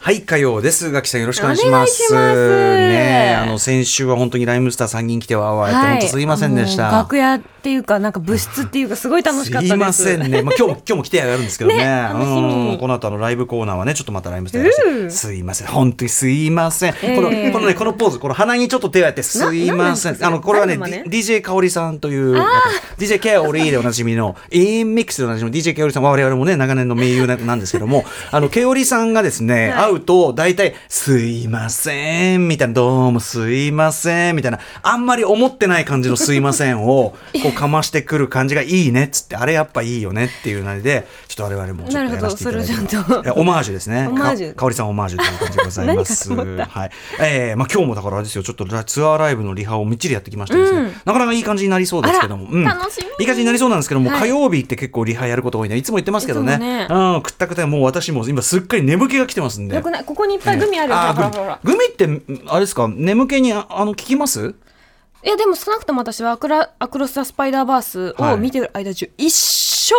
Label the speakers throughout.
Speaker 1: はい、火曜です。ガキさんよろしくお願いします。
Speaker 2: お願いします
Speaker 1: ねえあの、先週は本当にライムスター3人来てはわーやって、本当すいませんでし
Speaker 2: も
Speaker 1: た。
Speaker 2: う楽屋っていうか、なんか部室っていうか、すごい楽しかったです。
Speaker 1: いませんね。まあ、今日も、今日も来てやるんですけどね。
Speaker 2: ね楽し
Speaker 1: う
Speaker 2: み
Speaker 1: んこの後、あの、ライブコーナーはね、ちょっとまたライブしてやりま
Speaker 2: う
Speaker 1: して。
Speaker 2: ん
Speaker 1: すいません。本当にすいません。この、このね、このポーズ、この鼻にちょっと手をやって、すいませ
Speaker 2: な
Speaker 1: ん。
Speaker 2: んなんですか
Speaker 1: あの、これはね、
Speaker 2: 誰の真似
Speaker 1: D- DJ かおりさんという、DJ ケアオリーでおなじみの、AMX でおなじみの DJ ケアオリさんは、我々もね、長年の盟友ななんですけども、 あの、ケオリさんがですね、
Speaker 2: はい
Speaker 1: 会うと、大体、すいません、みたいな、どうもすいません、みたいな、あんまり思ってない感じのすいません を、こうかましてくる感じがいいねっつって、あれやっぱいいよねっていうなりで、ちょっと我々もちょっとやらせていただいて
Speaker 2: なるほどそれをちゃんと
Speaker 1: いやオマージュですね。
Speaker 2: オマージュ
Speaker 1: かかおりさんオマージュという感じでございます
Speaker 2: 。何かと思った
Speaker 1: はい。えー、まあ今日もだからあれですよ、ちょっとラツアーライブのリハをみっちりやってきましたですね、なかなかいい感じになりそうですけども、
Speaker 2: あら楽しみ
Speaker 1: いい感じになりそうなんですけども、
Speaker 2: はい
Speaker 1: 火曜日って結構リハやること多いね。いつも言ってますけどね。
Speaker 2: いつもね
Speaker 1: うん、くったくた、もう私も今すっかり眠気が来てますんで。
Speaker 2: よくないここにいっぱいグミあるよ。
Speaker 1: あ
Speaker 2: ほら
Speaker 1: ー
Speaker 2: ほらほら。
Speaker 1: グミグミってあれですか眠気にああの聞きます
Speaker 2: いや、でも少なくとも私はアクラ、アクロスザスパイダーバースを見てる間中、一生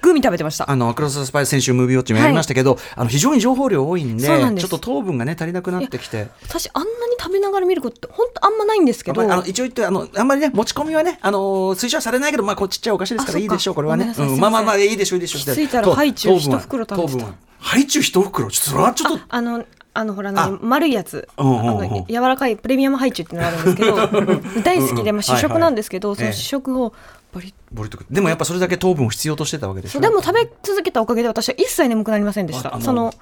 Speaker 2: グミ食べてました。
Speaker 1: あのアクロススパイス先週ムービーウォッチもやりましたけど、あの非常に情報量多いんで
Speaker 2: そうなんで
Speaker 1: ちょ
Speaker 2: す
Speaker 1: っと糖分がね足りなくなってきて。
Speaker 2: 私、あんなに食べながら見ることって、本当あんまないんですけど。
Speaker 1: あんまりあの一応言ってあのあんまりね持ち込みはねあのー推奨はされないけどまあこうちっちゃいお菓子ですから
Speaker 2: あ
Speaker 1: いいでしょ
Speaker 2: そ
Speaker 1: う
Speaker 2: っか
Speaker 1: これはね
Speaker 2: ごめんなさい
Speaker 1: うん
Speaker 2: すい
Speaker 1: ま
Speaker 2: ま
Speaker 1: あ
Speaker 2: せん
Speaker 1: まあまあいいでしょういいでしょう
Speaker 2: 気づいたら
Speaker 1: と
Speaker 2: ハイチュウ一袋食べてた
Speaker 1: 糖分はハイチュウ一袋ちょっとそれはちょっと
Speaker 2: ああの、あのほら、何
Speaker 1: あ
Speaker 2: 丸いやつ、あ
Speaker 1: うんうんうん
Speaker 2: の柔らかいプレミアムハイチュウっていうのがあるんです けど、大好きで、まあ、主食なんですけど、
Speaker 1: はいはい
Speaker 2: その主食をバリッ
Speaker 1: ボリッとくるでもやっぱそれだけ糖分を必要としてたわけでし
Speaker 2: そ
Speaker 1: ょ
Speaker 2: うでも食べ続けたおかげで私は一切眠くなりませんでし
Speaker 1: ああ
Speaker 2: た。
Speaker 1: の
Speaker 2: その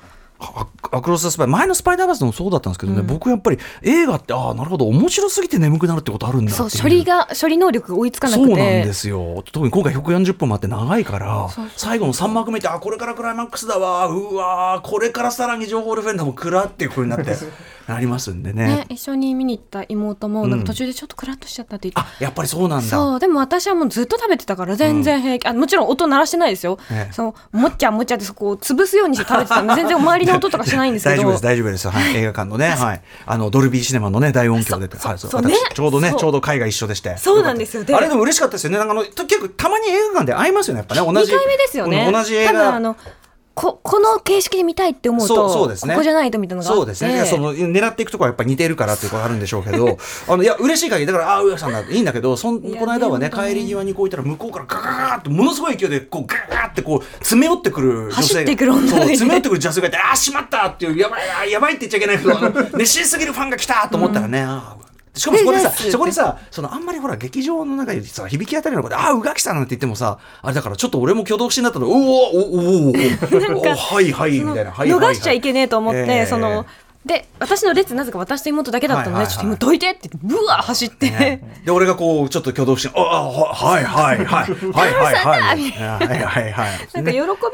Speaker 1: あアクロススパイ前のスパイダーバースでもそうだったんですけどね、僕やっぱり映画ってああなるほど面白すぎて眠くなるってことあるんだって
Speaker 2: そ
Speaker 1: いう
Speaker 2: 処理が処理能力が追いつかなくて
Speaker 1: そうなんですよ特に今回140分もあって長いから
Speaker 2: そうそう
Speaker 1: 最後の3幕目ってあこれからクライマックスだわうわーこれからさらに情報レフェンダーもくらっていうふうになって なりますんでね
Speaker 2: ね、一緒に見に行った妹もなん
Speaker 1: うん
Speaker 2: か途中でちょっとクラッとしちゃったって言っ
Speaker 1: あ
Speaker 2: て、
Speaker 1: やっぱりそうなんだ
Speaker 2: そうでも私はもうずっと食べてたから全然平気、あもちろん音鳴らしてないですよ、
Speaker 1: ええ
Speaker 2: そのもっちゃもっちゃってそこを潰すようにして食べてたん で全然周りの音とかしないんです
Speaker 1: 大
Speaker 2: けど
Speaker 1: 丈夫です大丈夫です、 はい、映画館のね、はい、あのドルビーシネマのね大音響で
Speaker 2: そう
Speaker 1: はい
Speaker 2: そう
Speaker 1: 私
Speaker 2: ね
Speaker 1: ちょうどね
Speaker 2: そう
Speaker 1: ちょうど海が一緒でして
Speaker 2: そうなんです
Speaker 1: か
Speaker 2: よ
Speaker 1: った
Speaker 2: で
Speaker 1: あれでも嬉しかったですよねなんかあのと結構たまに映画館で会いますよねやっぱね同じ
Speaker 2: 2回目ですよね
Speaker 1: 同じ映画
Speaker 2: 多分あのここの形式で見たいって思うと
Speaker 1: そうそうですね
Speaker 2: ここじゃないとみたいなのがあって
Speaker 1: そうですね、その狙っていくとこはやっぱり似てるからっていうことがあるんでしょうけ どあのいや嬉しい限りだからああ上さんだいいんだけどそん
Speaker 2: いや
Speaker 1: この間はね
Speaker 2: でもね
Speaker 1: 帰り際にこういったら向こうからガガガーってものすごい勢いでこうガガーってこう詰め寄ってくる女性が
Speaker 2: 走ってくる女
Speaker 1: そ
Speaker 2: が
Speaker 1: う
Speaker 2: いて
Speaker 1: 詰め寄ってくる女性がいてああしまったっていうやばいあーやばいって言っちゃいけないけどあの熱心すぎるファンが来たと思ったらね、あーしかもそこで さ、
Speaker 2: えナイス
Speaker 1: そこでさ、そのあんまりほら劇場の中でさ響き当たりのことで、ああ宇垣さんなんて言ってもさ、あれだからちょっと俺も挙動不審だったの、うおーおおおーおーおーはいはいみたいな、はいはいはい
Speaker 2: 逃しちゃいけねえと思っ
Speaker 1: え
Speaker 2: て、
Speaker 1: え
Speaker 2: そので私の列なぜか私と妹だけだったの
Speaker 1: はいは
Speaker 2: で、
Speaker 1: いはい
Speaker 2: ちょっと今どいてってブワー走って、
Speaker 1: ねで俺がこうちょっと挙動不審ああははいはいはいはいはいはいはいはいは
Speaker 2: ないんか
Speaker 1: ね
Speaker 2: 喜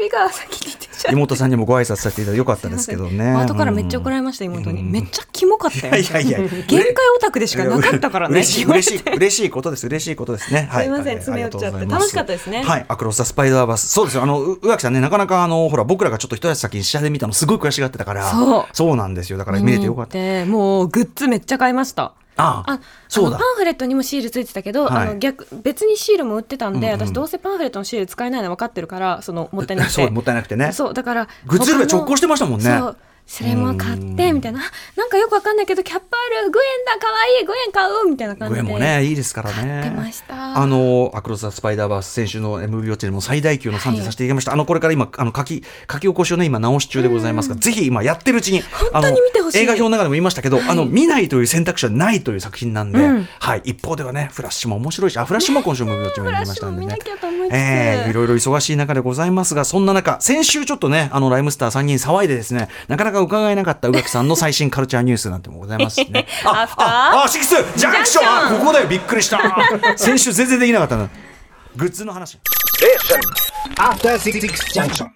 Speaker 2: びが先に出ちゃって
Speaker 1: 妹さんにもご挨拶させていただいてよかったですけどね
Speaker 2: 後からめっちゃ怒られました妹に、めっちゃキモかったよ
Speaker 1: いやいやいや
Speaker 2: 限界オタクでしかなかったからね
Speaker 1: 嬉しい嬉しい嬉しいことです嬉しいことですね。はい、
Speaker 2: すいません
Speaker 1: あり
Speaker 2: 詰め寄っちゃって
Speaker 1: ありがとうございます
Speaker 2: 楽しかったですね
Speaker 1: はい、アクロスタスパイダーバースそうですよあのう宇垣さんねなかなかあのほら僕らがちょっと一足先に試写で見たのすごい悔しがってたから
Speaker 2: そう
Speaker 1: なんですよだから見れてよかった。
Speaker 2: でもうグッズめっちゃ買いました
Speaker 1: ああ
Speaker 2: あ
Speaker 1: そうだ
Speaker 2: あのパンフレットにもシールついてたけど、
Speaker 1: はい
Speaker 2: あの逆別にシールも売ってたんで、
Speaker 1: うんうん
Speaker 2: 私どうせパンフレットのシール使えないの分かってるからそのもったいなくて
Speaker 1: そうもったいなくてね。
Speaker 2: そうだから
Speaker 1: グッズ売り場直行してましたもんね
Speaker 2: 他のそうそれも買ってみたいなあなんかよくわかんないけどキャップある5円だかわいい5円買うみたいな感じ
Speaker 1: 上
Speaker 2: で
Speaker 1: もねいいですから
Speaker 2: 買
Speaker 1: ね。
Speaker 2: ってました
Speaker 1: あのアクロス・ザ・スパイダーバース先週の MV 予定でも最大級の賛辞
Speaker 2: はい
Speaker 1: させていただきました、あのこれから今あの書き書き起こしをね今直し中でございますが、ぜひ今やってるうちに
Speaker 2: 本当に見てほしい
Speaker 1: あの映画表の中でも言いましたけど、あの見ないという選択肢はないという作品なんで、
Speaker 2: うん
Speaker 1: はい一方ではねフラッシュも面白いしあフラッシュも今週 MV 予定もやりましたんでね
Speaker 2: フラッシュも見なきゃと思いつつ
Speaker 1: えーいろいろ忙しい中でございますがそんな中先週ちょっとねあのライムスター3人騒いでですねなかなか伺えなかった宇垣さんの最新カルチャーニュースなんてもございますしね
Speaker 2: アフター
Speaker 1: ああシックスジャンクション
Speaker 2: ジャンクション
Speaker 1: あここだよびっくりした先週全然できなかったなグッズの話
Speaker 3: After Six Junction.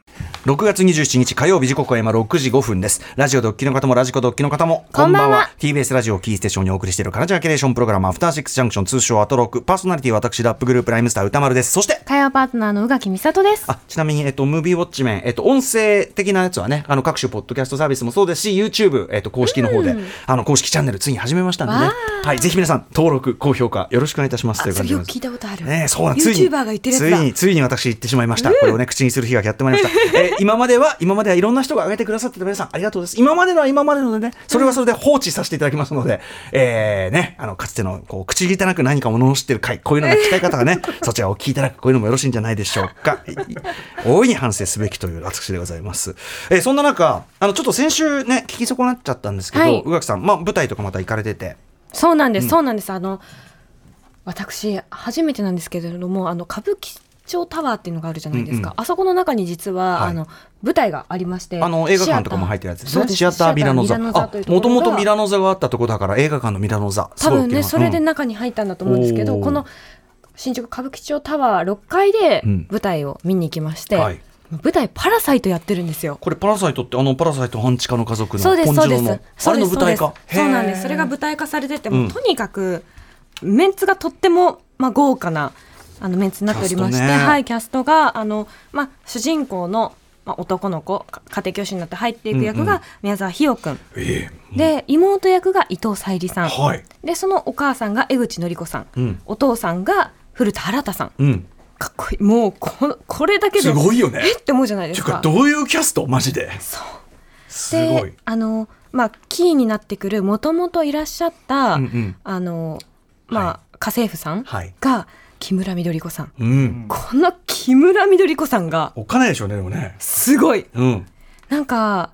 Speaker 1: 6月27日火曜日時刻は今6時5分ですラジオドッキの方もラジコドッキの方も
Speaker 2: こんばんは
Speaker 1: TBS ラジオをキーステーションにお送りしているカルチャーキュレーションプログラムアフターシックスジャンクション通称アトロックパーソナリティは私ラップグループライムスター歌丸ですそして
Speaker 2: 会話パートナーの宇垣美里です
Speaker 1: あちなみに、えっと、ムービーウォッチメン、えっと、音声的なやつはね、あの、各種ポッドキャストサービスもそうですし、YouTube、えっと、公式の方で、あの、公式チャンネル、ついに始めましたんでね。はい、ぜひ皆さん、登録、高評価、よろしくお願いいたします。という感じで
Speaker 2: それよく聞いたことある
Speaker 1: ねえそうなんついに、
Speaker 2: YouTuber が言ってるやつだ
Speaker 1: ついに、ついに私言ってしまいました。これをね、口にする日がやってまいりました。ええー今までは、今まではいろんな人が挙げてくださってた皆さん、ありがとうです。今までのは今までのでね、それはそれで放置させていただきますので、えーね、あの、かつての、こう、口汚く何か物を知ってる回、こういうのが聞きたい方は ね、そちらを聞いていただく、こういうのもよろしいんじゃないでしょうか。大いに反省すべきという私でございます。えーそんな中、あの、ちょっと先週ね、聞き損なっちゃったんですけど、
Speaker 2: はい
Speaker 1: 宇垣さん、まあ、舞台とかまた行かれてて、
Speaker 2: そうなんです、そうなんです。あの、私、初めてなんですけれども、あの、歌舞伎町タワーっていうのがあるじゃないですか。
Speaker 1: うん
Speaker 2: あそこの中に実は、
Speaker 1: はい
Speaker 2: あの、舞台がありまして。
Speaker 1: あの映画館とかも入ってるやつです
Speaker 2: そう
Speaker 1: ね。シアターミラノ座。
Speaker 2: シア
Speaker 1: あ
Speaker 2: ターミラノという、とこ
Speaker 1: も
Speaker 2: ろ
Speaker 1: と
Speaker 2: が
Speaker 1: もとミラノ座があったとこだから映画館のミラノ座。す
Speaker 2: 多
Speaker 1: ごい
Speaker 2: 分
Speaker 1: 受け
Speaker 2: ね、
Speaker 1: ます
Speaker 2: それで
Speaker 1: うん
Speaker 2: 中に入ったんだと思うんですけど、
Speaker 1: おー
Speaker 2: この新宿歌舞伎町タワー6階で
Speaker 1: うん
Speaker 2: 舞台を見に行きまして、
Speaker 1: はい
Speaker 2: 舞台「パラサイト」やってるんですよ。
Speaker 1: これパラサイトってあのパラサイト半地下の家族の
Speaker 2: そうですそう
Speaker 1: 根
Speaker 2: で
Speaker 1: 性
Speaker 2: す
Speaker 1: の
Speaker 2: そ
Speaker 1: あ
Speaker 2: う
Speaker 1: れ
Speaker 2: で
Speaker 1: の
Speaker 2: す
Speaker 1: 舞台化。
Speaker 2: そうですそうなんです
Speaker 1: へー
Speaker 2: それが舞台化されてて
Speaker 1: う
Speaker 2: も
Speaker 1: ん
Speaker 2: とにかくメンツがとっても、まあ、豪華なあのメンツになっておりまして
Speaker 1: キャストね
Speaker 2: はい、キャストがあの、まあ、主人公の、まあ、男の子か家庭教師になって入っていく
Speaker 1: う
Speaker 2: 役
Speaker 1: んうん
Speaker 2: が宮沢ひよ君、
Speaker 1: え
Speaker 2: で妹役が伊藤沙莉さ
Speaker 1: え
Speaker 2: ん、
Speaker 1: はい。
Speaker 2: でそのお母さんが江口のり子さん、
Speaker 1: うん
Speaker 2: お父さんが古田新太さん
Speaker 1: うん。
Speaker 2: かっこいいもうここれだけです
Speaker 1: ごいよね
Speaker 2: えって思うじゃないで
Speaker 1: てい
Speaker 2: す
Speaker 1: うか
Speaker 2: か。
Speaker 1: どういうキャストマジで。
Speaker 2: そう
Speaker 1: すご
Speaker 2: で
Speaker 1: い。
Speaker 2: あの、まあ、キーになってくるもともといらっしゃった、
Speaker 1: うんうん
Speaker 2: あのまあ、
Speaker 1: は
Speaker 2: 家政婦さん
Speaker 1: はい
Speaker 2: が木村みどり子さん、
Speaker 1: うん。
Speaker 2: この木村みどり子さんが
Speaker 1: お金でしょうねでもね。
Speaker 2: すごい
Speaker 1: うん。
Speaker 2: なんか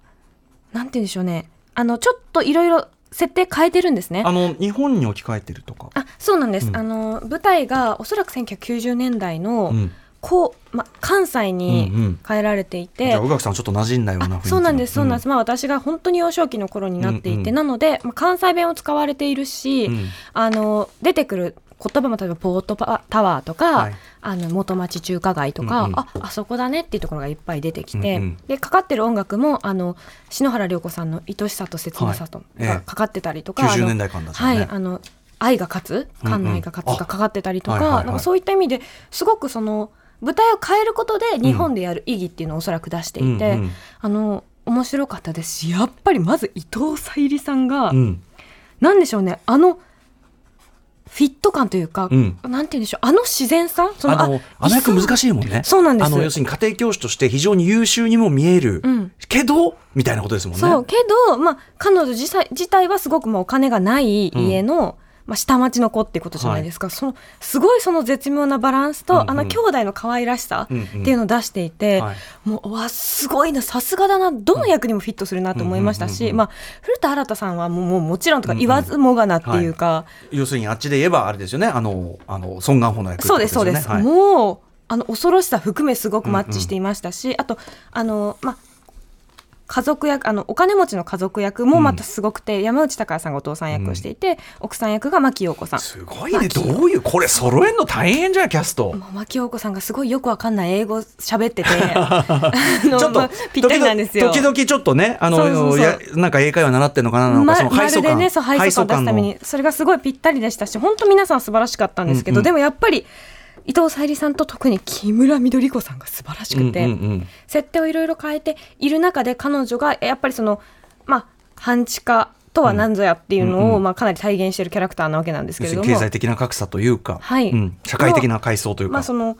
Speaker 2: なんて言うんでしょうねあのちょっといろいろ設定変えてるんですね
Speaker 1: あの日本に置き換えてるとか。
Speaker 2: あそうなんです、
Speaker 1: うん
Speaker 2: あの舞台がおそらく1990年代の、
Speaker 1: うん。
Speaker 2: こうま、関西
Speaker 1: うんうん
Speaker 2: に変えられていて、
Speaker 1: じゃあ宇垣さんちょっと馴染んだような雰囲
Speaker 2: あ
Speaker 1: 気の。
Speaker 2: そうなんですそうなんです、
Speaker 1: す。
Speaker 2: まあ私が本当に幼少期の頃になっていて、
Speaker 1: うんうん
Speaker 2: なので、まあ、関西弁を使われているし、
Speaker 1: うん
Speaker 2: あの出てくる言葉も例えばポートパタワーとか、
Speaker 1: はい
Speaker 2: あの元町中華街とか、
Speaker 1: うんうん
Speaker 2: ああそこだねっていうところがいっぱい出てきて、
Speaker 1: うんうん
Speaker 2: でかかってる音楽もあの篠原涼子さんの「愛しさと切なさ」と
Speaker 1: はいえ
Speaker 2: が
Speaker 1: え
Speaker 2: かかってたりとか、あ
Speaker 1: 90
Speaker 2: の
Speaker 1: 年代間だった
Speaker 2: は
Speaker 1: ね
Speaker 2: い、あの愛が勝つ
Speaker 1: うんうん
Speaker 2: 館内が勝つがかかってたりと
Speaker 1: あはいはいは
Speaker 2: か
Speaker 1: い
Speaker 2: なんかそういった意味ですごくその舞台を変えることで日本でやる意義っていうのをおそらく出していて、
Speaker 1: うんうん
Speaker 2: あの面白かったですしやっぱりまず伊藤沙莉さんが、
Speaker 1: うん。
Speaker 2: なんでしょうねあのフィット感というか、
Speaker 1: うん
Speaker 2: なんて言うんでしょうあの自然さそ
Speaker 1: あのあの役難
Speaker 2: しい
Speaker 1: しいもんね。
Speaker 2: そうなんです
Speaker 1: あの要するに家庭教師として非常に優秀にも見える
Speaker 2: うん
Speaker 1: けどみたいなことですもんね。
Speaker 2: そうけど、まあ、彼女自体自体はすごくまあお金がない家の、まあ、下町の子っていうことじゃないですか、そのすごいその絶妙なバランスと、
Speaker 1: うんうん
Speaker 2: あの兄弟の可愛らしさ
Speaker 1: うんうん
Speaker 2: っていうのを出していて、
Speaker 1: はい
Speaker 2: もううわすごいなさすがだなどの役にもフィットするなと思いましたし、
Speaker 1: うんうんうんうん
Speaker 2: まあ、古田新太さんはもうもうもちろんとか言わずもがなっていうか。
Speaker 1: 要するにあっちで言えばあれですよね、あの、あの、ソン・ガンホの役って
Speaker 2: そ
Speaker 1: こ
Speaker 2: う
Speaker 1: と
Speaker 2: です、そう
Speaker 1: よ
Speaker 2: で
Speaker 1: ね
Speaker 2: す。
Speaker 1: はい
Speaker 2: もう、あの、恐ろしさ含めすごくマッチしていましたし、あと、あの、ま、家族役、あの、お金持ちの家族役もまたすごくて、山内孝也さんがお父さん役をしていて、奥さん役が牧陽子さん。
Speaker 1: すごいね、どういう、これ揃えんの大変じゃん、キャスト。
Speaker 2: もう牧陽子さんがすごいよくわかんない英語喋 ってて、あの
Speaker 1: ちょっと
Speaker 2: まあ、ぴったりなんですよ。
Speaker 1: 時々時々ちょっとね、あの、
Speaker 2: そうそうそう
Speaker 1: やなんか英会話習ってんのかななんか、
Speaker 2: ま
Speaker 1: その
Speaker 2: ま
Speaker 1: 配
Speaker 2: る
Speaker 1: 送
Speaker 2: で
Speaker 1: 感。
Speaker 2: ねそう配送感を出すた
Speaker 1: 配
Speaker 2: めにそれがすごいぴったりでしたし本当皆さん素晴らしかったんですけ
Speaker 1: う
Speaker 2: ど、
Speaker 1: んうん
Speaker 2: でもやっぱり伊藤沙莉さんと特に木村みどり子さんが素晴らしくて、
Speaker 1: うんうんうん
Speaker 2: 設定をいろいろ変えている中で彼女がやっぱりそのまあ半地下とは何ぞやっていうのを、
Speaker 1: うんうん
Speaker 2: まあ、かなり体現しているキャラクターなわけなんですけ
Speaker 1: 要
Speaker 2: れ
Speaker 1: す
Speaker 2: ど
Speaker 1: る
Speaker 2: も
Speaker 1: に経済的な格差というか、
Speaker 2: はい
Speaker 1: うん社会的な階層というか。
Speaker 2: まあその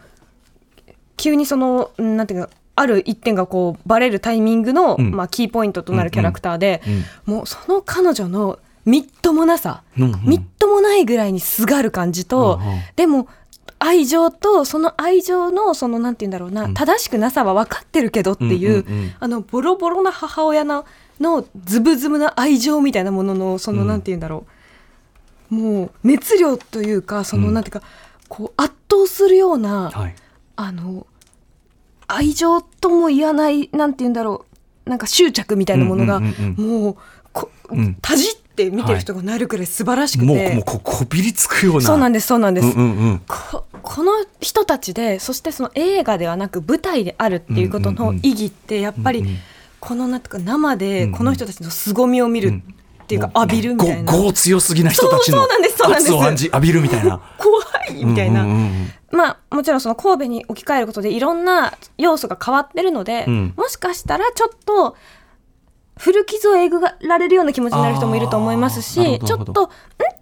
Speaker 2: 急にそのうんなんていうかある一点がこうバレるタイミングの、
Speaker 1: うん
Speaker 2: まあ、キーポイントとなるキャラクターで、
Speaker 1: うんうん
Speaker 2: もうその彼女のみっともなさ、
Speaker 1: うんうん
Speaker 2: みっともないぐらいにすがる感じと、
Speaker 1: うんうん
Speaker 2: でも愛情とその愛情のそのなんて言うんだろうな、
Speaker 1: ん
Speaker 2: 正しくなさは分かってるけどっていう,、
Speaker 1: うんうんうん
Speaker 2: あのボロボロな母親ののズブズブな愛情みたいなもののその、
Speaker 1: うん
Speaker 2: なんて言うんだろうもう熱量というかその、
Speaker 1: うん
Speaker 2: なんていうかこう圧倒するような、
Speaker 1: はい。
Speaker 2: あの愛情とも言わないなんて言うんだろうなんか執着みたいなものが、
Speaker 1: うんうんうん
Speaker 2: もうこ、
Speaker 1: うん
Speaker 2: たじって見てる人がなるくらい素晴らしくて、
Speaker 1: もう、もうこ、こびりつくような。
Speaker 2: そうなん
Speaker 1: で
Speaker 2: ですそうなんです、
Speaker 1: うんうんうん。
Speaker 2: ここの人たちでそしてその映画ではなく舞台であるっていうこと
Speaker 1: うんう
Speaker 2: の
Speaker 1: んうん
Speaker 2: 意義ってやっぱり、
Speaker 1: うんうん
Speaker 2: このなんていうか生で
Speaker 1: うんうん
Speaker 2: この人たちの凄みを見るっていうか、浴びるみたいな
Speaker 1: ご、ご強すぎな人たちの。
Speaker 2: そうそうなんですそうなんです
Speaker 1: 圧を浴び浴びるみたいな。
Speaker 2: 怖い みたいな、
Speaker 1: うんうんうんうん
Speaker 2: まあもちろんその神戸に置き換えることでいろんな要素が変わってるので、
Speaker 1: うん
Speaker 2: もしかしたらちょっと古傷をえぐられるような気持ちになる人もいると思います
Speaker 1: あーなる
Speaker 2: し
Speaker 1: ほど
Speaker 2: ちょっとんっ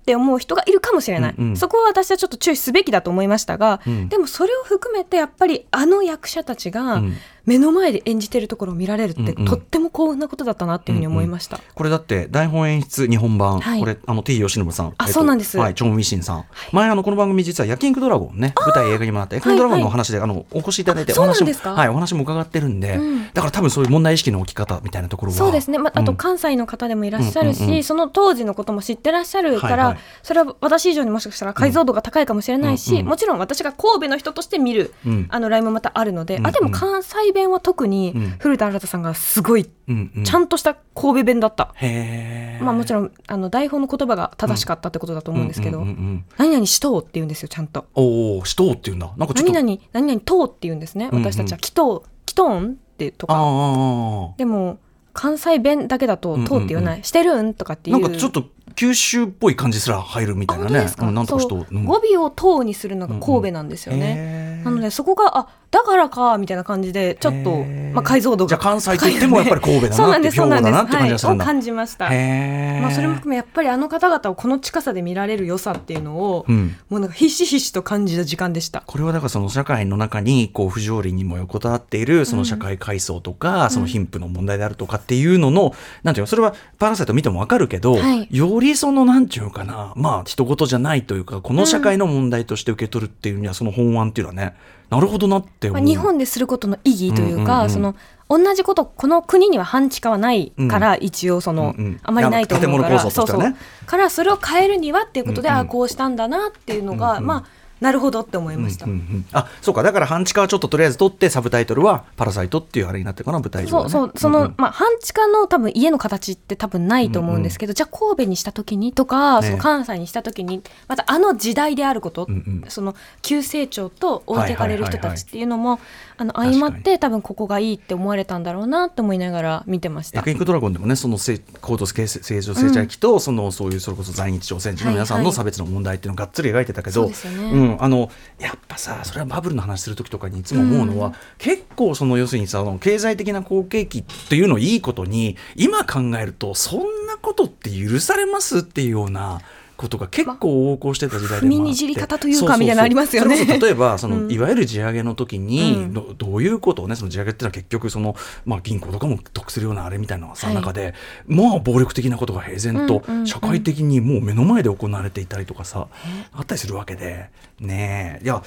Speaker 2: って思う人がいるかもしれない、
Speaker 1: うんうん
Speaker 2: そこは私はちょっと注意すべきだと思いましたが、
Speaker 1: うん
Speaker 2: でもそれを含めてやっぱりあの役者たち
Speaker 1: う
Speaker 2: が
Speaker 1: ん
Speaker 2: 目の前で演じてるところを見られるって、
Speaker 1: うんうん
Speaker 2: とっても幸運なことだったなっていうふうに思いました、
Speaker 1: これだって台本演出日本版、
Speaker 2: はい
Speaker 1: これあの T 吉信さんえ
Speaker 2: あ
Speaker 1: っと
Speaker 2: そうなんです
Speaker 1: はいチョン・ウィシンさん、前あのこの番組実は「焼肉ドラゴンね」舞台映画にもなって「焼肉ドラゴン」のお話で、あのお越しいただいて
Speaker 2: あ
Speaker 1: お
Speaker 2: そうなん
Speaker 1: 話も
Speaker 2: ですか
Speaker 1: はい、お話も伺ってるんで、
Speaker 2: うん
Speaker 1: だから多分そういう問題意識の置き方みたいなところは
Speaker 2: そうですね、まあ、あと
Speaker 1: うん
Speaker 2: 関西の方でもいらっしゃるし、
Speaker 1: うんうんうん
Speaker 2: その当時のことも知ってらっしゃるから、
Speaker 1: はいはい
Speaker 2: それは私以上にもしかしたら解像度が高いかもしれないし、
Speaker 1: うんうんうん
Speaker 2: もちろん私が神戸の人として見る、
Speaker 1: うん
Speaker 2: あのラインもまたあるので、
Speaker 1: うんう
Speaker 2: あ
Speaker 1: ん
Speaker 2: でも関西弁は特に
Speaker 1: うん
Speaker 2: 古田新太さんがすごい
Speaker 1: うんうん
Speaker 2: ちゃんとした神戸弁だった、
Speaker 1: へえ
Speaker 2: まあ、もち
Speaker 1: ろん
Speaker 2: ろんあの台本の言葉が正しかったってことだと思うんですけど、
Speaker 1: うんうんうん
Speaker 2: 何々しとうって言うんですよちゃんと。
Speaker 1: おお「死闘」っていうんだなんかちょっ
Speaker 2: 何
Speaker 1: と
Speaker 2: 々何々とうって言うんですね
Speaker 1: うんうん
Speaker 2: 私たちは「きとう」「きとん」ってと
Speaker 1: あ
Speaker 2: か
Speaker 1: あああああ
Speaker 2: でも関西弁だけだと
Speaker 1: うんうんう
Speaker 2: 「
Speaker 1: ん
Speaker 2: とう」って言わない「してるん」とかっていう
Speaker 1: なんかちょっと九州っぽい感じすら入るみた
Speaker 2: あ
Speaker 1: い
Speaker 2: 本
Speaker 1: な
Speaker 2: 当で
Speaker 1: ね
Speaker 2: すか、
Speaker 1: うんなんとかし
Speaker 2: そ
Speaker 1: と
Speaker 2: う
Speaker 1: うん
Speaker 2: 語尾を「とう」にするのが神戸なんですよね、
Speaker 1: へー
Speaker 2: なのでそこがあだからかみたいな感じでちょっと、
Speaker 1: へー
Speaker 2: まあ、解像度
Speaker 1: じゃ
Speaker 2: が
Speaker 1: あ関西といってもやっぱり神戸だ
Speaker 2: そう
Speaker 1: な
Speaker 2: な
Speaker 1: っ
Speaker 2: ん
Speaker 1: て
Speaker 2: で
Speaker 1: いう
Speaker 2: すそう
Speaker 1: 兵
Speaker 2: な
Speaker 1: 庫
Speaker 2: んで
Speaker 1: だ
Speaker 2: す
Speaker 1: なって感じがするんだ。
Speaker 2: はい、を感じました
Speaker 1: へー
Speaker 2: まあ、それも含めやっぱりあの方々をこの近さで見られる良さっていうのを、
Speaker 1: うん
Speaker 2: もうなんかひしひしと感じた時間でした。
Speaker 1: これはだからその社会の中にこう不条理にも横たわっているその社会階層とかその貧富の問題であるとかっていうののなんていうのそれはパラサイト見てもわかるけど
Speaker 2: はい
Speaker 1: よりそのなんていうかなまあ人事じゃないというかこの社会の問題として受け取るっていうにはその本案っていうのはねなるほどなって
Speaker 2: ま
Speaker 1: 思
Speaker 2: あ、
Speaker 1: う。
Speaker 2: 日本ですることの意義というか、
Speaker 1: うんうんうん
Speaker 2: その同じことこの国には半地下はないから、一応その、
Speaker 1: うんうん
Speaker 2: あまりないと思うか
Speaker 1: いや
Speaker 2: ら、
Speaker 1: 建物構
Speaker 2: そ
Speaker 1: 造
Speaker 2: う
Speaker 1: と
Speaker 2: そ
Speaker 1: してはね
Speaker 2: うからそれを変えるにはっていうことで、
Speaker 1: うんうん
Speaker 2: ああこうしたんだなっていうのが、
Speaker 1: うんうん
Speaker 2: まあなるほどって思いました。
Speaker 1: うんうんうんあそうかだから半地下はちょっととりあえず取ってサブタイトルは「パラサイト」っていうあれになってるかな舞台上
Speaker 2: そ
Speaker 1: は
Speaker 2: う
Speaker 1: ね
Speaker 2: そうそ
Speaker 1: ん
Speaker 2: の、
Speaker 1: ん
Speaker 2: まあ、半地下の多分家の形って多分ないと思うんですけど、じゃあ神戸にした時にとか、
Speaker 1: ね
Speaker 2: その関西にした時にまたあの時代であること、
Speaker 1: うんうん
Speaker 2: その急成長と置いていかれる人たちっていうのも、
Speaker 1: いはい
Speaker 2: あの相まって多分ここがいいって思われたんだろうなと思いながら見てました
Speaker 1: エ。ク イックドラゴンでもね、そのせ高度成成長成長期と、そのそういうそれこそ在日朝鮮人の皆さ
Speaker 2: は
Speaker 1: ん
Speaker 2: いは
Speaker 1: の
Speaker 2: い
Speaker 1: 差別の問題っていうのをがっつり描いてたけど、
Speaker 2: そうですよね
Speaker 1: ん、あのやっぱさ、それはバブルの話する時とかにいつも思うのは、
Speaker 2: うん
Speaker 1: 結構その要するにさ、あの経済的な好景気っていうのをいいことに今考えるとそんなことって許されますっていうような。ことが結構横行してた時代でもあって
Speaker 2: 踏みにじり方というか
Speaker 1: そそそ
Speaker 2: みたいなのありますよね
Speaker 1: それこそ例えばその、
Speaker 2: うん
Speaker 1: いわゆる地上げの時に、
Speaker 2: うん
Speaker 1: どどういうことをねその地上げっていうのは結局その、まあ、銀行とかも得するようなあれみたいなのがさ、
Speaker 2: はい
Speaker 1: 中でまあ暴力的なことが平然と、
Speaker 2: うんうんうん
Speaker 1: 社会的にもう目の前で行われていたりとかさ、あったりするわけでねえいや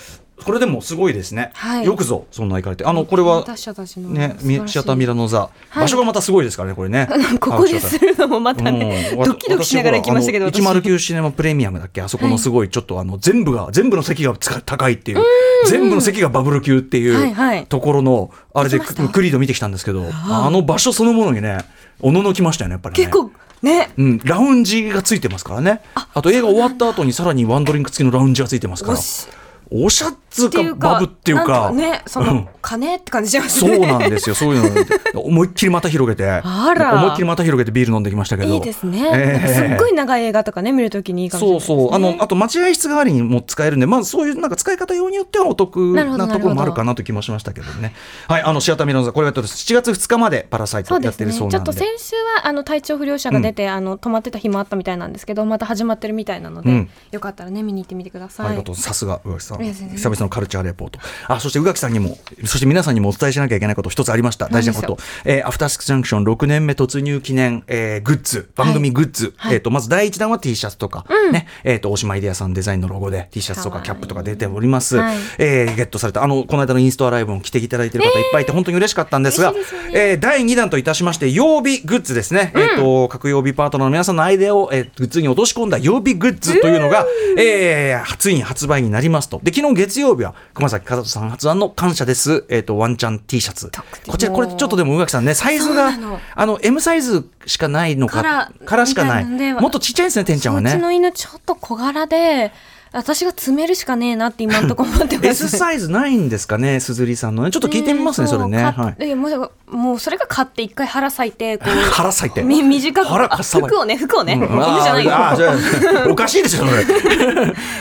Speaker 1: これでもすごいですね、
Speaker 2: はい
Speaker 1: よくぞそんな行かれてあのこれは
Speaker 2: 私たちの
Speaker 1: ね
Speaker 2: 素晴らしい
Speaker 1: シアターミラノ座、
Speaker 2: はい
Speaker 1: 場所がまたすごいですからねこれね
Speaker 2: ここでするのもまたね、
Speaker 1: うん
Speaker 2: ドキドキしながら行きましたけど、
Speaker 1: 私
Speaker 2: 私
Speaker 1: ほらあの109シネマプレミアムだっけあそこのすごいちょっとあの全部が全部の席がつか高いっていう全部の席がバブル級って
Speaker 2: はいいはいう
Speaker 1: ところのあれで
Speaker 2: 行きました
Speaker 1: クリード見てきたんですけどあの場所そのものにねおののきましたよねやっぱりね
Speaker 2: 結構ね、
Speaker 1: うん、ラウンジがついてますからねあと映画終わった後にさらにワンドリンク付きのラウンジがついてますか
Speaker 2: お
Speaker 1: ら
Speaker 2: し
Speaker 1: おしゃっつう
Speaker 2: ってい
Speaker 1: か
Speaker 2: うか、
Speaker 1: バブっていう
Speaker 2: な
Speaker 1: か
Speaker 2: んね、そ
Speaker 1: うん
Speaker 2: の、金って感じします
Speaker 1: そ
Speaker 2: ね。
Speaker 1: うなんですよ、そういうのを思いっきりまた広げて、
Speaker 2: あら
Speaker 1: 思いっきりまた広げてビール飲んできましたけど、
Speaker 2: いいですね。
Speaker 1: ええ
Speaker 2: なんかすっごい長い映画とかね、見るときにいいかもし
Speaker 1: そう
Speaker 2: れないですね。
Speaker 1: そう、あの、あと待合室代わりにも使えるんで、まあ、そういうなんか使い方用によってはお得
Speaker 2: なるほど
Speaker 1: なところもあるかなという気もしましたけどね。はい、あのシアターミラノ座、これがやってる7月2日までパラサイ
Speaker 2: そ
Speaker 1: ト
Speaker 2: う
Speaker 1: や
Speaker 2: で
Speaker 1: っ
Speaker 2: す
Speaker 1: て
Speaker 2: ね。
Speaker 1: る
Speaker 2: ち
Speaker 1: そ
Speaker 2: ょ
Speaker 1: う
Speaker 2: っ
Speaker 1: なん
Speaker 2: と
Speaker 1: で。
Speaker 2: 先週はあの体調不良者が出て、あの止まってた日もあったみたいなんですけど、また始まってるみたいなので、
Speaker 1: うん
Speaker 2: よかったらね見に行ってみてください。
Speaker 1: ありがとうさすが宇垣さん
Speaker 2: いや全然
Speaker 1: 久々のカルチャーレポートあそして宇垣さんにもそして皆さんにもお伝えしなきゃいけないこと一つありました大事なこ
Speaker 2: 何
Speaker 1: と、えーアフターシックスジャンクション6年目突入記念、えーグッズ番組グッズ、
Speaker 2: はい
Speaker 1: えー、とまず第1弾は T シャツとか、ねえー、と大島イデアさんデザインのロゴで T シャツとか
Speaker 2: かわいい
Speaker 1: キャップとか出ております、
Speaker 2: はい
Speaker 1: えーゲットされたあのこの間のインストアライブも来ていただいてる方いっぱいいて本当に嬉しかったんですが、
Speaker 2: 嬉しいですよね
Speaker 1: えー第2弾といたしまして曜日グッズですね、えー、と各曜日パートナーの皆さんのアイデアを、えーグッズに落とし込んだ曜日グッズというのが、えーついに発売になりますとで昨日月曜日は熊崎和人さん発案の「感謝です」えー、とワンチャン T シャツ
Speaker 2: 特典
Speaker 1: こちらこれちょっとでも宇垣さんねサイズ
Speaker 2: そうな
Speaker 1: が
Speaker 2: の
Speaker 1: あの M サイズしかないのか
Speaker 2: から
Speaker 1: からしかない
Speaker 2: みたいなので
Speaker 1: もっとちっちゃいんですねてんちゃんは
Speaker 2: うち
Speaker 1: ね。
Speaker 2: の犬ちょっと小柄で。私が詰めるしかねえなって今のところ思ってます
Speaker 1: S サイズないんですかね、すずりさんのね。ちょっと聞いてみますね、
Speaker 2: うん
Speaker 1: それね。
Speaker 2: う買
Speaker 1: は
Speaker 2: っ
Speaker 1: い。
Speaker 2: いやもうもうそれが買って一回腹裂いてこう
Speaker 1: 腹裂いて。
Speaker 2: み短く
Speaker 1: 腹か
Speaker 2: あ
Speaker 1: さばい
Speaker 2: 服をね服をね、
Speaker 1: うん
Speaker 2: 服じゃないよ
Speaker 1: あーあー じゃあおかしいですよ、それ。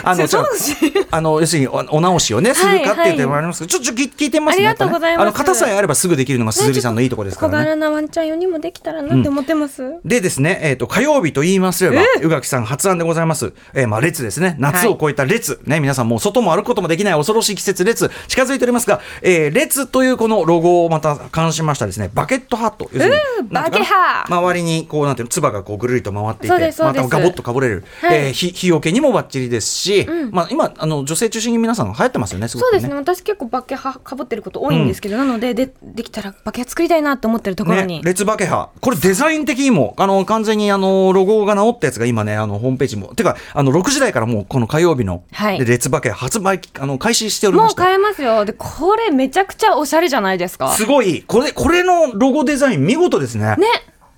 Speaker 1: あの、
Speaker 2: そ
Speaker 1: 違
Speaker 2: う
Speaker 1: う
Speaker 2: そう
Speaker 1: あの、要するにお、お直しをね、するかっていう点もありますけど、ちょ、ちょ、聞聞いてみますね。
Speaker 2: ありがとうございます
Speaker 1: やっぱねあの、型さえあればすぐできるのが鈴木さんのいいところですか
Speaker 2: 小
Speaker 1: らね。
Speaker 2: 柄なワンちゃん4人もできたらなって思ってます、
Speaker 1: でですね、えっ、と、火曜日と言いますれば、宇垣さん発案でございます。えーまあ、列ですね。夏を超えた列。ね、皆さんもう外も歩くこともできない恐ろしい季節、列。近づいておりますが、えー列というこのロゴをまた冠しましたですね、バケットハット。要するに
Speaker 2: うん
Speaker 1: なんていうかな
Speaker 2: バケハ
Speaker 1: 周りに、こう、なんていうの、唾がこうぐるりと回ってい
Speaker 2: そうで
Speaker 1: て
Speaker 2: す、そう
Speaker 1: ま
Speaker 2: です
Speaker 1: たガボッとかぶれる。
Speaker 2: はい
Speaker 1: えーひ、日よけにもバッチリですし、まあ、今、あの、女性中心に皆さん流行ってますよね、すご
Speaker 2: そう
Speaker 1: くね。
Speaker 2: ですね私結構バケハかぶってること多いんですけど、なのででできたらバケ作りたいなって思ってるところに、
Speaker 1: ね、列バケハ。これデザイン的にも、あの、完全にあの、ロゴが直ったやつが今ね、あの、ホームページも。てか、あの、6時台からもうこの火曜日の、
Speaker 2: はい
Speaker 1: で列バケハ発売、あの、開始しており
Speaker 2: も
Speaker 1: ま
Speaker 2: う
Speaker 1: した。
Speaker 2: 買えますよでこれめちゃくちゃおしゃれじゃないですか
Speaker 1: すごい。これ、これのロゴデザイン見事ですね。
Speaker 2: ね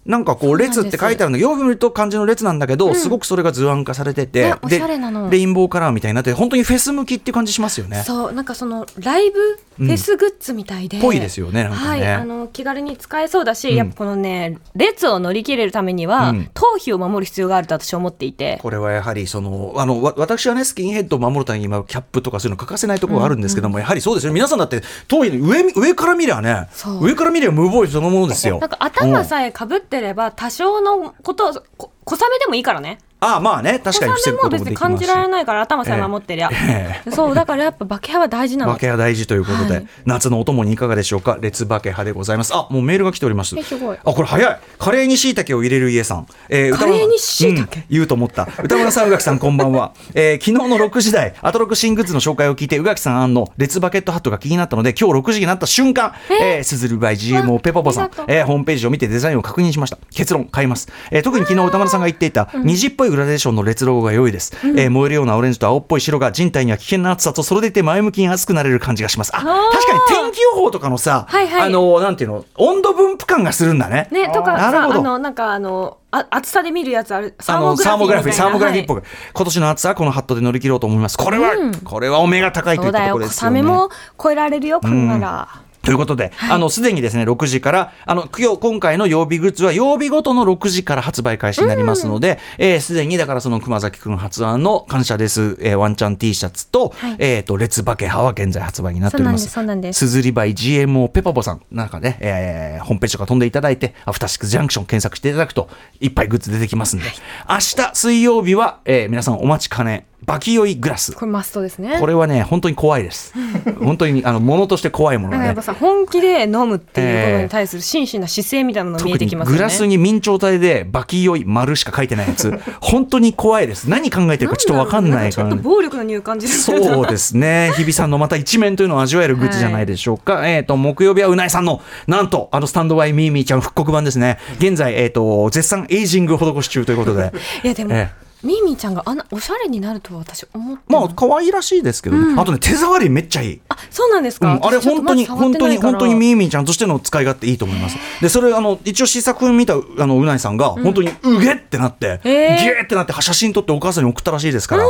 Speaker 1: なんかこう、列って書いてあるの、よく見ると漢字の列なんだけど、すごくそれが図案化されてて
Speaker 2: ね、おしゃれなの
Speaker 1: レインボーカラーみたいになって、本当にフェス向きっていう感じしますよね。
Speaker 2: そうなんかそのライブフェスグッズみたいで、
Speaker 1: ぽいですよねなんか
Speaker 2: は
Speaker 1: ね
Speaker 2: いあの気軽に使えそうだし、やっぱこのね列を乗り切れるためには、
Speaker 1: うん
Speaker 2: 頭皮を守る必要があると私は思っていて
Speaker 1: これはやはりそのあのわ私はねスキンヘッドを守るために今キャップとかそういうの欠かせないところがあるんですけども、やはりそうですよ皆さんだって当時上上から見りゃね
Speaker 2: そう
Speaker 1: 上から見りゃ無防備そのものですよ。
Speaker 2: なんか頭
Speaker 1: うん
Speaker 2: さえかぶってれば多少のことこ小雨でもいいからね
Speaker 1: ああまあね確かに防
Speaker 2: 小
Speaker 1: ぐ
Speaker 2: 雨
Speaker 1: こ
Speaker 2: も
Speaker 1: と
Speaker 2: 別
Speaker 1: もで
Speaker 2: に
Speaker 1: きま
Speaker 2: 感
Speaker 1: す
Speaker 2: じ
Speaker 1: し。
Speaker 2: られないから頭さえ守ってりゃ、
Speaker 1: え
Speaker 2: そうだからやっぱバケハは大事なの
Speaker 1: バケは大事ということで、
Speaker 2: はい
Speaker 1: 夏のお供にいかがでしょうか列バケ派でございますあもうメールが来ております
Speaker 2: えすごい
Speaker 1: あこれ早いカレーに椎茸を入れる家さん、え
Speaker 2: カ
Speaker 1: 歌
Speaker 2: レー
Speaker 1: 丸
Speaker 2: に椎茸
Speaker 1: うん言うと思った歌村さん宇垣さんこんばんは、えー昨日の6時台アトロク新グッズの紹介を聞いて宇垣さん案の列バケットハットが気になったので今日6時になった瞬間えーすずるばい GMO ペパポさ
Speaker 2: あ
Speaker 1: ん
Speaker 2: りがとう、
Speaker 1: えーホームページを見てデザインを確認しました結論買います、えー特に昨日歌丸さんが言っていた虹っぽいグラデーションの列ロゴが良いです、えー燃えるようなオレンジと青っぽい白が人体には危険な暑さとそれでいて前向きに熱くなれる感じがしますあ確
Speaker 2: あー
Speaker 1: かに天気予報とかのさ、
Speaker 2: はいはい
Speaker 1: あのなんていうの温度分布感がするんだね
Speaker 2: ねとか
Speaker 1: なる
Speaker 2: さ
Speaker 1: ほ
Speaker 2: あ
Speaker 1: ど
Speaker 2: のなんかあのあ暑さで見るやつある
Speaker 1: あ
Speaker 2: サーモ
Speaker 1: のサーモグ
Speaker 2: グラ
Speaker 1: ラ
Speaker 2: フ
Speaker 1: フ
Speaker 2: ィ
Speaker 1: ィー、サ
Speaker 2: ーみたいな
Speaker 1: ーモグラフィーっぽく、今年の暑さはこのハットで乗り切ろうと思います。これは、
Speaker 2: うん
Speaker 1: これはお目が高いとい
Speaker 2: そう
Speaker 1: うと
Speaker 2: だ
Speaker 1: こ
Speaker 2: よ
Speaker 1: ろです
Speaker 2: 小
Speaker 1: よね。
Speaker 2: 雨も超えられるよこんなら、
Speaker 1: ということで、あの、すでにですね、6時から、あの、今日、今回の曜日グッズは曜日ごとの6時から発売開始になりますので、えーすでに、だからその熊崎くん発案の感謝です、えーワンちゃん T シャツと、
Speaker 2: はい
Speaker 1: えっ、と、列バケ派は現在発売になっております。
Speaker 2: そうなんです
Speaker 1: すずりばい GMO ペパボさん、なんかね、えーホームページとか飛んでいただいて、アフターシックスジャンクション検索していただくと、いっぱいグッズ出てきますんで、明日水曜日は、えー皆さんお待ちかね、バキ酔いグラス。
Speaker 2: これマストですね
Speaker 1: これはね、本当に怖いです。本当に、あの、ものとして怖いもの
Speaker 2: なん
Speaker 1: が
Speaker 2: かやっ
Speaker 1: ね
Speaker 2: ぱ。さ本気で飲むっていうことに対する真摯な姿勢みたいなのが見え
Speaker 1: 特
Speaker 2: て
Speaker 1: に
Speaker 2: きますよ
Speaker 1: グ
Speaker 2: ね。
Speaker 1: ラスに明朝体でバキ酔い丸しか書いてないやつ 本当に怖いです何考えてるかちょっと分かんない
Speaker 2: ち
Speaker 1: か
Speaker 2: ょっと
Speaker 1: ら
Speaker 2: 暴力の匂い感じる。
Speaker 1: そうですね日比さんのまた一面というのを味わえるグッズじゃないでしょうか、えっ、と木曜日はうないさんのなんとあのスタンドバイミーミーちゃん復刻版ですね現在えっ、と絶賛エイジング施し中ということ で
Speaker 2: いやでも、
Speaker 1: え
Speaker 2: ミーミーちゃんがあんなおしゃれになるとは私思ってな
Speaker 1: ま
Speaker 2: い
Speaker 1: あ可愛らしいですけどね、あとね手触りめっちゃいい
Speaker 2: あそうなんです
Speaker 1: う
Speaker 2: か。
Speaker 1: ん、あれ
Speaker 2: 私ちょっと
Speaker 1: 本当に
Speaker 2: まだ触っ
Speaker 1: 本
Speaker 2: て
Speaker 1: 当
Speaker 2: な
Speaker 1: に
Speaker 2: いから
Speaker 1: 本当にみーみーちゃんとしての使い勝手いいと思いますでそれあの一応試作見たあのうないさんが本当にうげってなって、
Speaker 2: へ
Speaker 1: ぎ
Speaker 2: ー
Speaker 1: げーってなって写真撮ってお母さんに送ったらしいですから、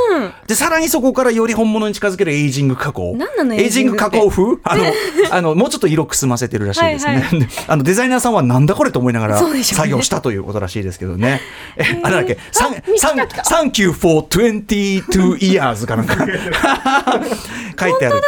Speaker 1: でさらにそこからより本物に近づけるエイジング加工
Speaker 2: 何なの
Speaker 1: エイジング加工風あの あのもうちょっと色くすませてるらしいですね、であのデザイナーさんはなんだこれと思いながら
Speaker 2: そうでしょうね
Speaker 1: 作業したということらしいですけどねえあれだっけサン
Speaker 2: 見つ
Speaker 1: サ
Speaker 2: か
Speaker 1: ン
Speaker 2: った
Speaker 1: サンキュー for 22 years かなん か書いてある
Speaker 2: あふわ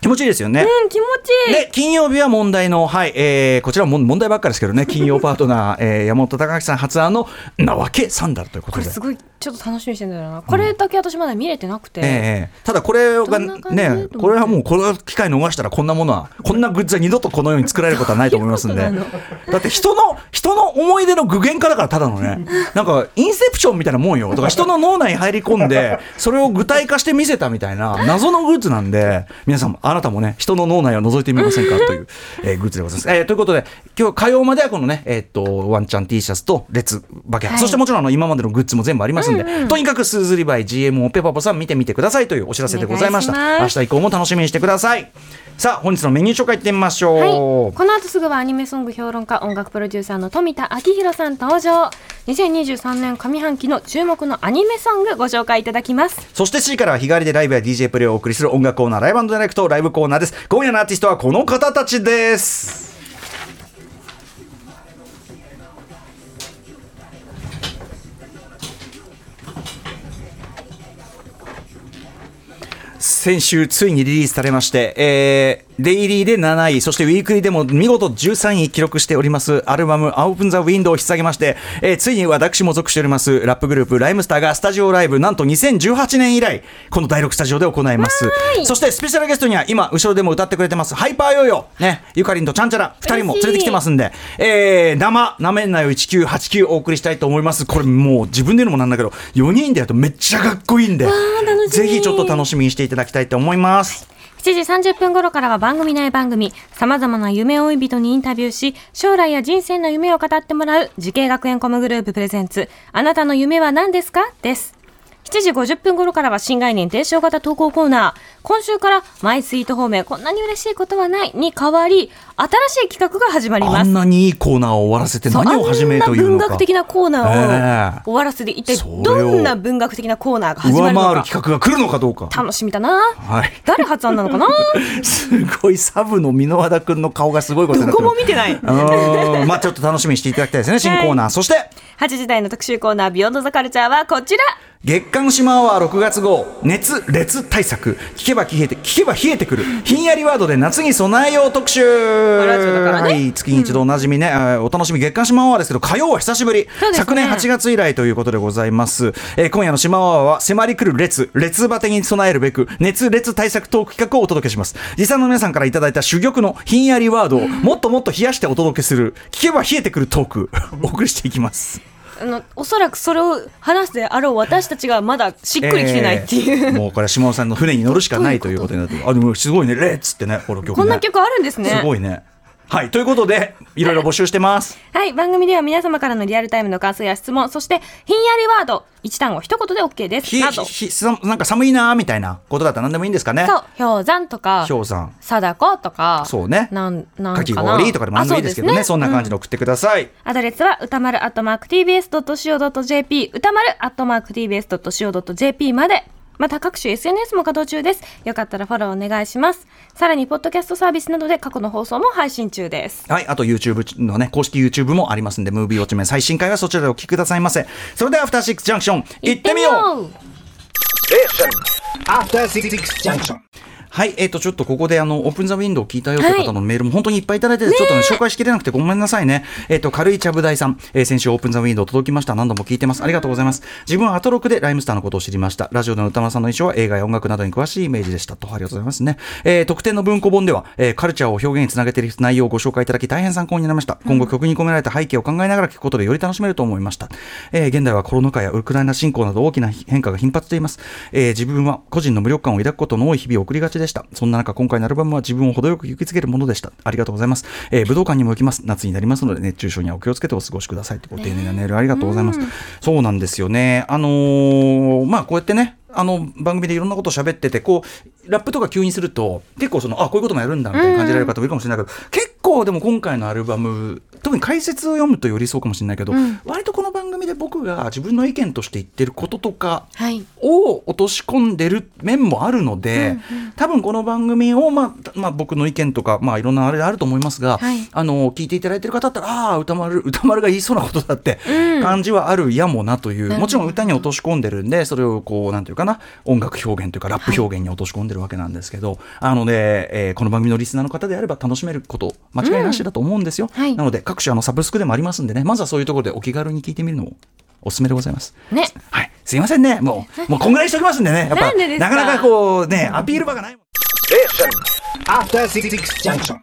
Speaker 1: 気持ちいいですよね、
Speaker 2: ふわ。うん気持ちいい。
Speaker 1: で、金曜日は問題の、はい、えーこちらも問題ばっかりですけど ね、金曜パートナー、えー山本隆明さん発案の、なわけサンダルというこ
Speaker 2: ことれ
Speaker 1: で。
Speaker 2: すごいちょっと楽しみにしてんだよな。これだけ私まだ見れてなくて。
Speaker 1: ええただこれが
Speaker 2: どんな感じ
Speaker 1: ね、これはもうこの機会逃したらこんなものは、こんなグッズは二度とこのように作られることはないと思いますんで。
Speaker 2: どういうこ
Speaker 1: だって人の、人の思い出の具現化だからただのね、なんかインセプションみたいなもんよ。とか人の脳内に入り込んで、それを具体化して見せたみたいな謎のグッズなんで、皆さんも、あなたもね、人の脳内を覗いてみませんかという、えーグッズでございます。えーということで、今日火曜まではこのね、えーっと、ワンちゃん T シャツと、レッツバケハ、
Speaker 2: はい
Speaker 1: そしてもちろんあの今までのグッズも全部ありますんで、とにかくスーズリバイ GMO ペパポさん見てみてくださいというお知らせでございました
Speaker 2: お願
Speaker 1: 明
Speaker 2: いします
Speaker 1: 日以降も楽しみにしてくださいさあ本日のメニュー紹介いってみましょう、
Speaker 2: はい、この後すぐはアニメソング評論家音楽プロデューサーの富田明宏さん登場2023年上半期の注目のアニメソングご紹介いただきます
Speaker 1: そして C からは日替わりでライブや DJ プレイをお送りする音楽コーナーライブディレクトライブコーナーです今夜のアーティストはこの方たちです先週ついにリリースされまして、えーデイリーで7位そしてウィークリーでも見事13位記録しておりますアルバム「Open the Window」を引き下げまして、えーついに私も属しておりますラップグループライムスターがスタジオライブなんと2018年以来この第6スタジオで行います
Speaker 2: ーい
Speaker 1: そしてスペシャルゲストには今後ろでも歌ってくれてますハイパーヨーヨー、ね、ゆかりんとちゃんちゃら2人も連れてきてますんで、えー、生なめんなよ1989お送りしたいと思いますこれもう自分で言うのもなんだけど4人でやるとめっちゃかっこいいんで
Speaker 2: ー楽しみ
Speaker 1: ぜひちょっと楽しみにしていただきたいと思います
Speaker 2: 7時30分頃からは番組内番組、様々な夢追い人にインタビューし、将来や人生の夢を語ってもらう、時系学園コムグループプレゼンツ、あなたの夢は何ですかです。7時50分頃からは新概念提唱型投稿コーナー、今週からマイスイート方面こんなに嬉しいことはないに変わり、新しい企画が始まり
Speaker 1: あ
Speaker 2: ます
Speaker 1: ん。なにいいコーナーを終わらせて
Speaker 2: そう
Speaker 1: 何を始めるという
Speaker 2: あん
Speaker 1: の
Speaker 2: な文
Speaker 1: か
Speaker 2: 学的なコーナー
Speaker 1: ええ
Speaker 2: を終わらせて、一体
Speaker 1: それを
Speaker 2: どんな文学的なコーナーが始ま
Speaker 1: 上
Speaker 2: るの
Speaker 1: 回る企
Speaker 2: か。
Speaker 1: 画が来るのかどうか
Speaker 2: 楽しみだな。
Speaker 1: はい
Speaker 2: 誰発案なのかな
Speaker 1: すごいサブの箕輪田君の顔がすごいことにな
Speaker 2: ど
Speaker 1: って
Speaker 2: こ
Speaker 1: る
Speaker 2: も見てない。
Speaker 1: うーんまあちょっと楽しみにしていただきたいですね新コーナー、そして
Speaker 2: 8時台の特集コーナー「ビヨンドザカルチャーはこちら
Speaker 1: 月刊シマアワー6月号熱烈対策聞けば冷えて聞けば冷えてくるひんやりワードで夏に備えよう特集
Speaker 2: ラジオだから
Speaker 1: は
Speaker 2: ね
Speaker 1: い月に一度おなじみね、あーお楽しみ月刊シマアワーですけど火曜は久しぶり、
Speaker 2: そうですね
Speaker 1: 昨年8月以来ということでございます、えー今夜のシマアワーは迫り来る列列バテに備えるべく熱烈対策トーク企画をお届けします実際の皆さんからいただいた珠玉のひんやりワードをもっともっと冷やしてお届けする聞けば冷えてくるトークお送りしていきます」
Speaker 2: あのおそらくそれを話すであろう私たちがまだしっくりきてないっていう、
Speaker 1: え ーもうこれは島尾さんの船に乗るしかないということになってるあでもすごいね「レッツ」ってねこの曲ね
Speaker 2: こんな曲あるんですね
Speaker 1: すごいねはいということでいろいろ募集して ます
Speaker 2: はい番組では皆様からのリアルタイムの感想や質問そしてひんやりワード一単語一言で OK です
Speaker 1: ひ
Speaker 2: など
Speaker 1: ひさなんか寒いなーみたいなことだったら何でもいいんですかね
Speaker 2: そう氷山とか
Speaker 1: 氷山
Speaker 2: 貞子とか
Speaker 1: そうね
Speaker 2: なんなんかな
Speaker 1: かき氷とかでも何でもいいですけどねそ
Speaker 2: あそうん
Speaker 1: な感じで送ってください、
Speaker 2: アドレスは歌丸アットマーク TBS.CO.JP 歌丸アットマーク TBS.CO.JP まで。また各種 SNS も稼働中です。よかったらフォローお願いします。さらに、ポッドキャストサービスなどで過去の放送も配信中です。
Speaker 1: はい。あと YouTube のね、公式 YouTube もありますんで、ムービーウォッチメン最新回はそちらでお聞きくださいませ。それでは、アフターシックスジャンクション、行ってみよう
Speaker 2: う
Speaker 3: Station. After Six Junction.
Speaker 1: はい、えっ、と、ちょっとここで、あの、オープンザウィンドウ聞いたよって
Speaker 2: はい
Speaker 1: 方のメールも本当にいっぱいいただいてて、ちょっとね、紹介しきれなくてごめんなさいね。えっ、と、軽いちゃぶ台さん、えー先週オープンザウィンドウ届きました。何度も聞いてます。ありがとうございます。自分はアトロクでライムスターのことを知りました。ラジオでの歌丸さんの印象は映画や音楽などに詳しいイメージでした。と、ありがとうございますね。えー特典の文庫本では、えーカルチャーを表現につなげている内容をご紹介いただき、大変参考になりました。今後曲に込められた背景を考えながら聞くことでより楽しめると思いました。えー現代はコロナ禍やウクライナ侵攻など大きな変化が頻発しています。えー自分は個人の無力感を抱くことの多い日々を送りがちでした。そんな中、今回のアルバムは自分を程よく勇気づけるものでした。ありがとうございます。えー武道館にも行きます。夏になりますので、熱中症にはお気をつけてお過ごしください。ってご丁寧なメールありがとうございます。そうなんですよね。あのーまあ、こうやってね、あの番組でいろんなことを喋っててこうラップとか急にすると結構そのあこういうこともやるんだみたいな感じられる方もいるかもしれないけど、結構でも今回のアルバム特に解説を読むとよりそうかもしれないけど、割とこの番組で僕が自分の意見として言ってることとか
Speaker 2: はい。
Speaker 1: を落とし込んでる面もあるので、多分この番組を、まあまあ、僕の意見とか、まあ、いろんなあれあると思いますが、
Speaker 2: はい
Speaker 1: あの聞いていただいてる方だったらああ歌丸 歌丸が言いそうなことだって感じはあるやもなという、もちろん歌に落とし込んでるんでそれをこうなんていうかな音楽表現というかラップ表現に落とし込んでるわけなんですけど、あのね、えーこの番組のリスナーの方であれば楽しめること間違いなしだと思うんですよ、
Speaker 2: はい
Speaker 1: なので各種あのサブスクでもありますんでねまずはそういうところでお気軽に聞いてみるのもおすすめでございます。
Speaker 2: ね。
Speaker 1: はい、すいませんね、もう、もうこんぐらいにしておきますんでね、やっぱ、
Speaker 2: なんでですか
Speaker 1: なかなかこうね、アピール場がないもん。
Speaker 3: Station. After Six Junction.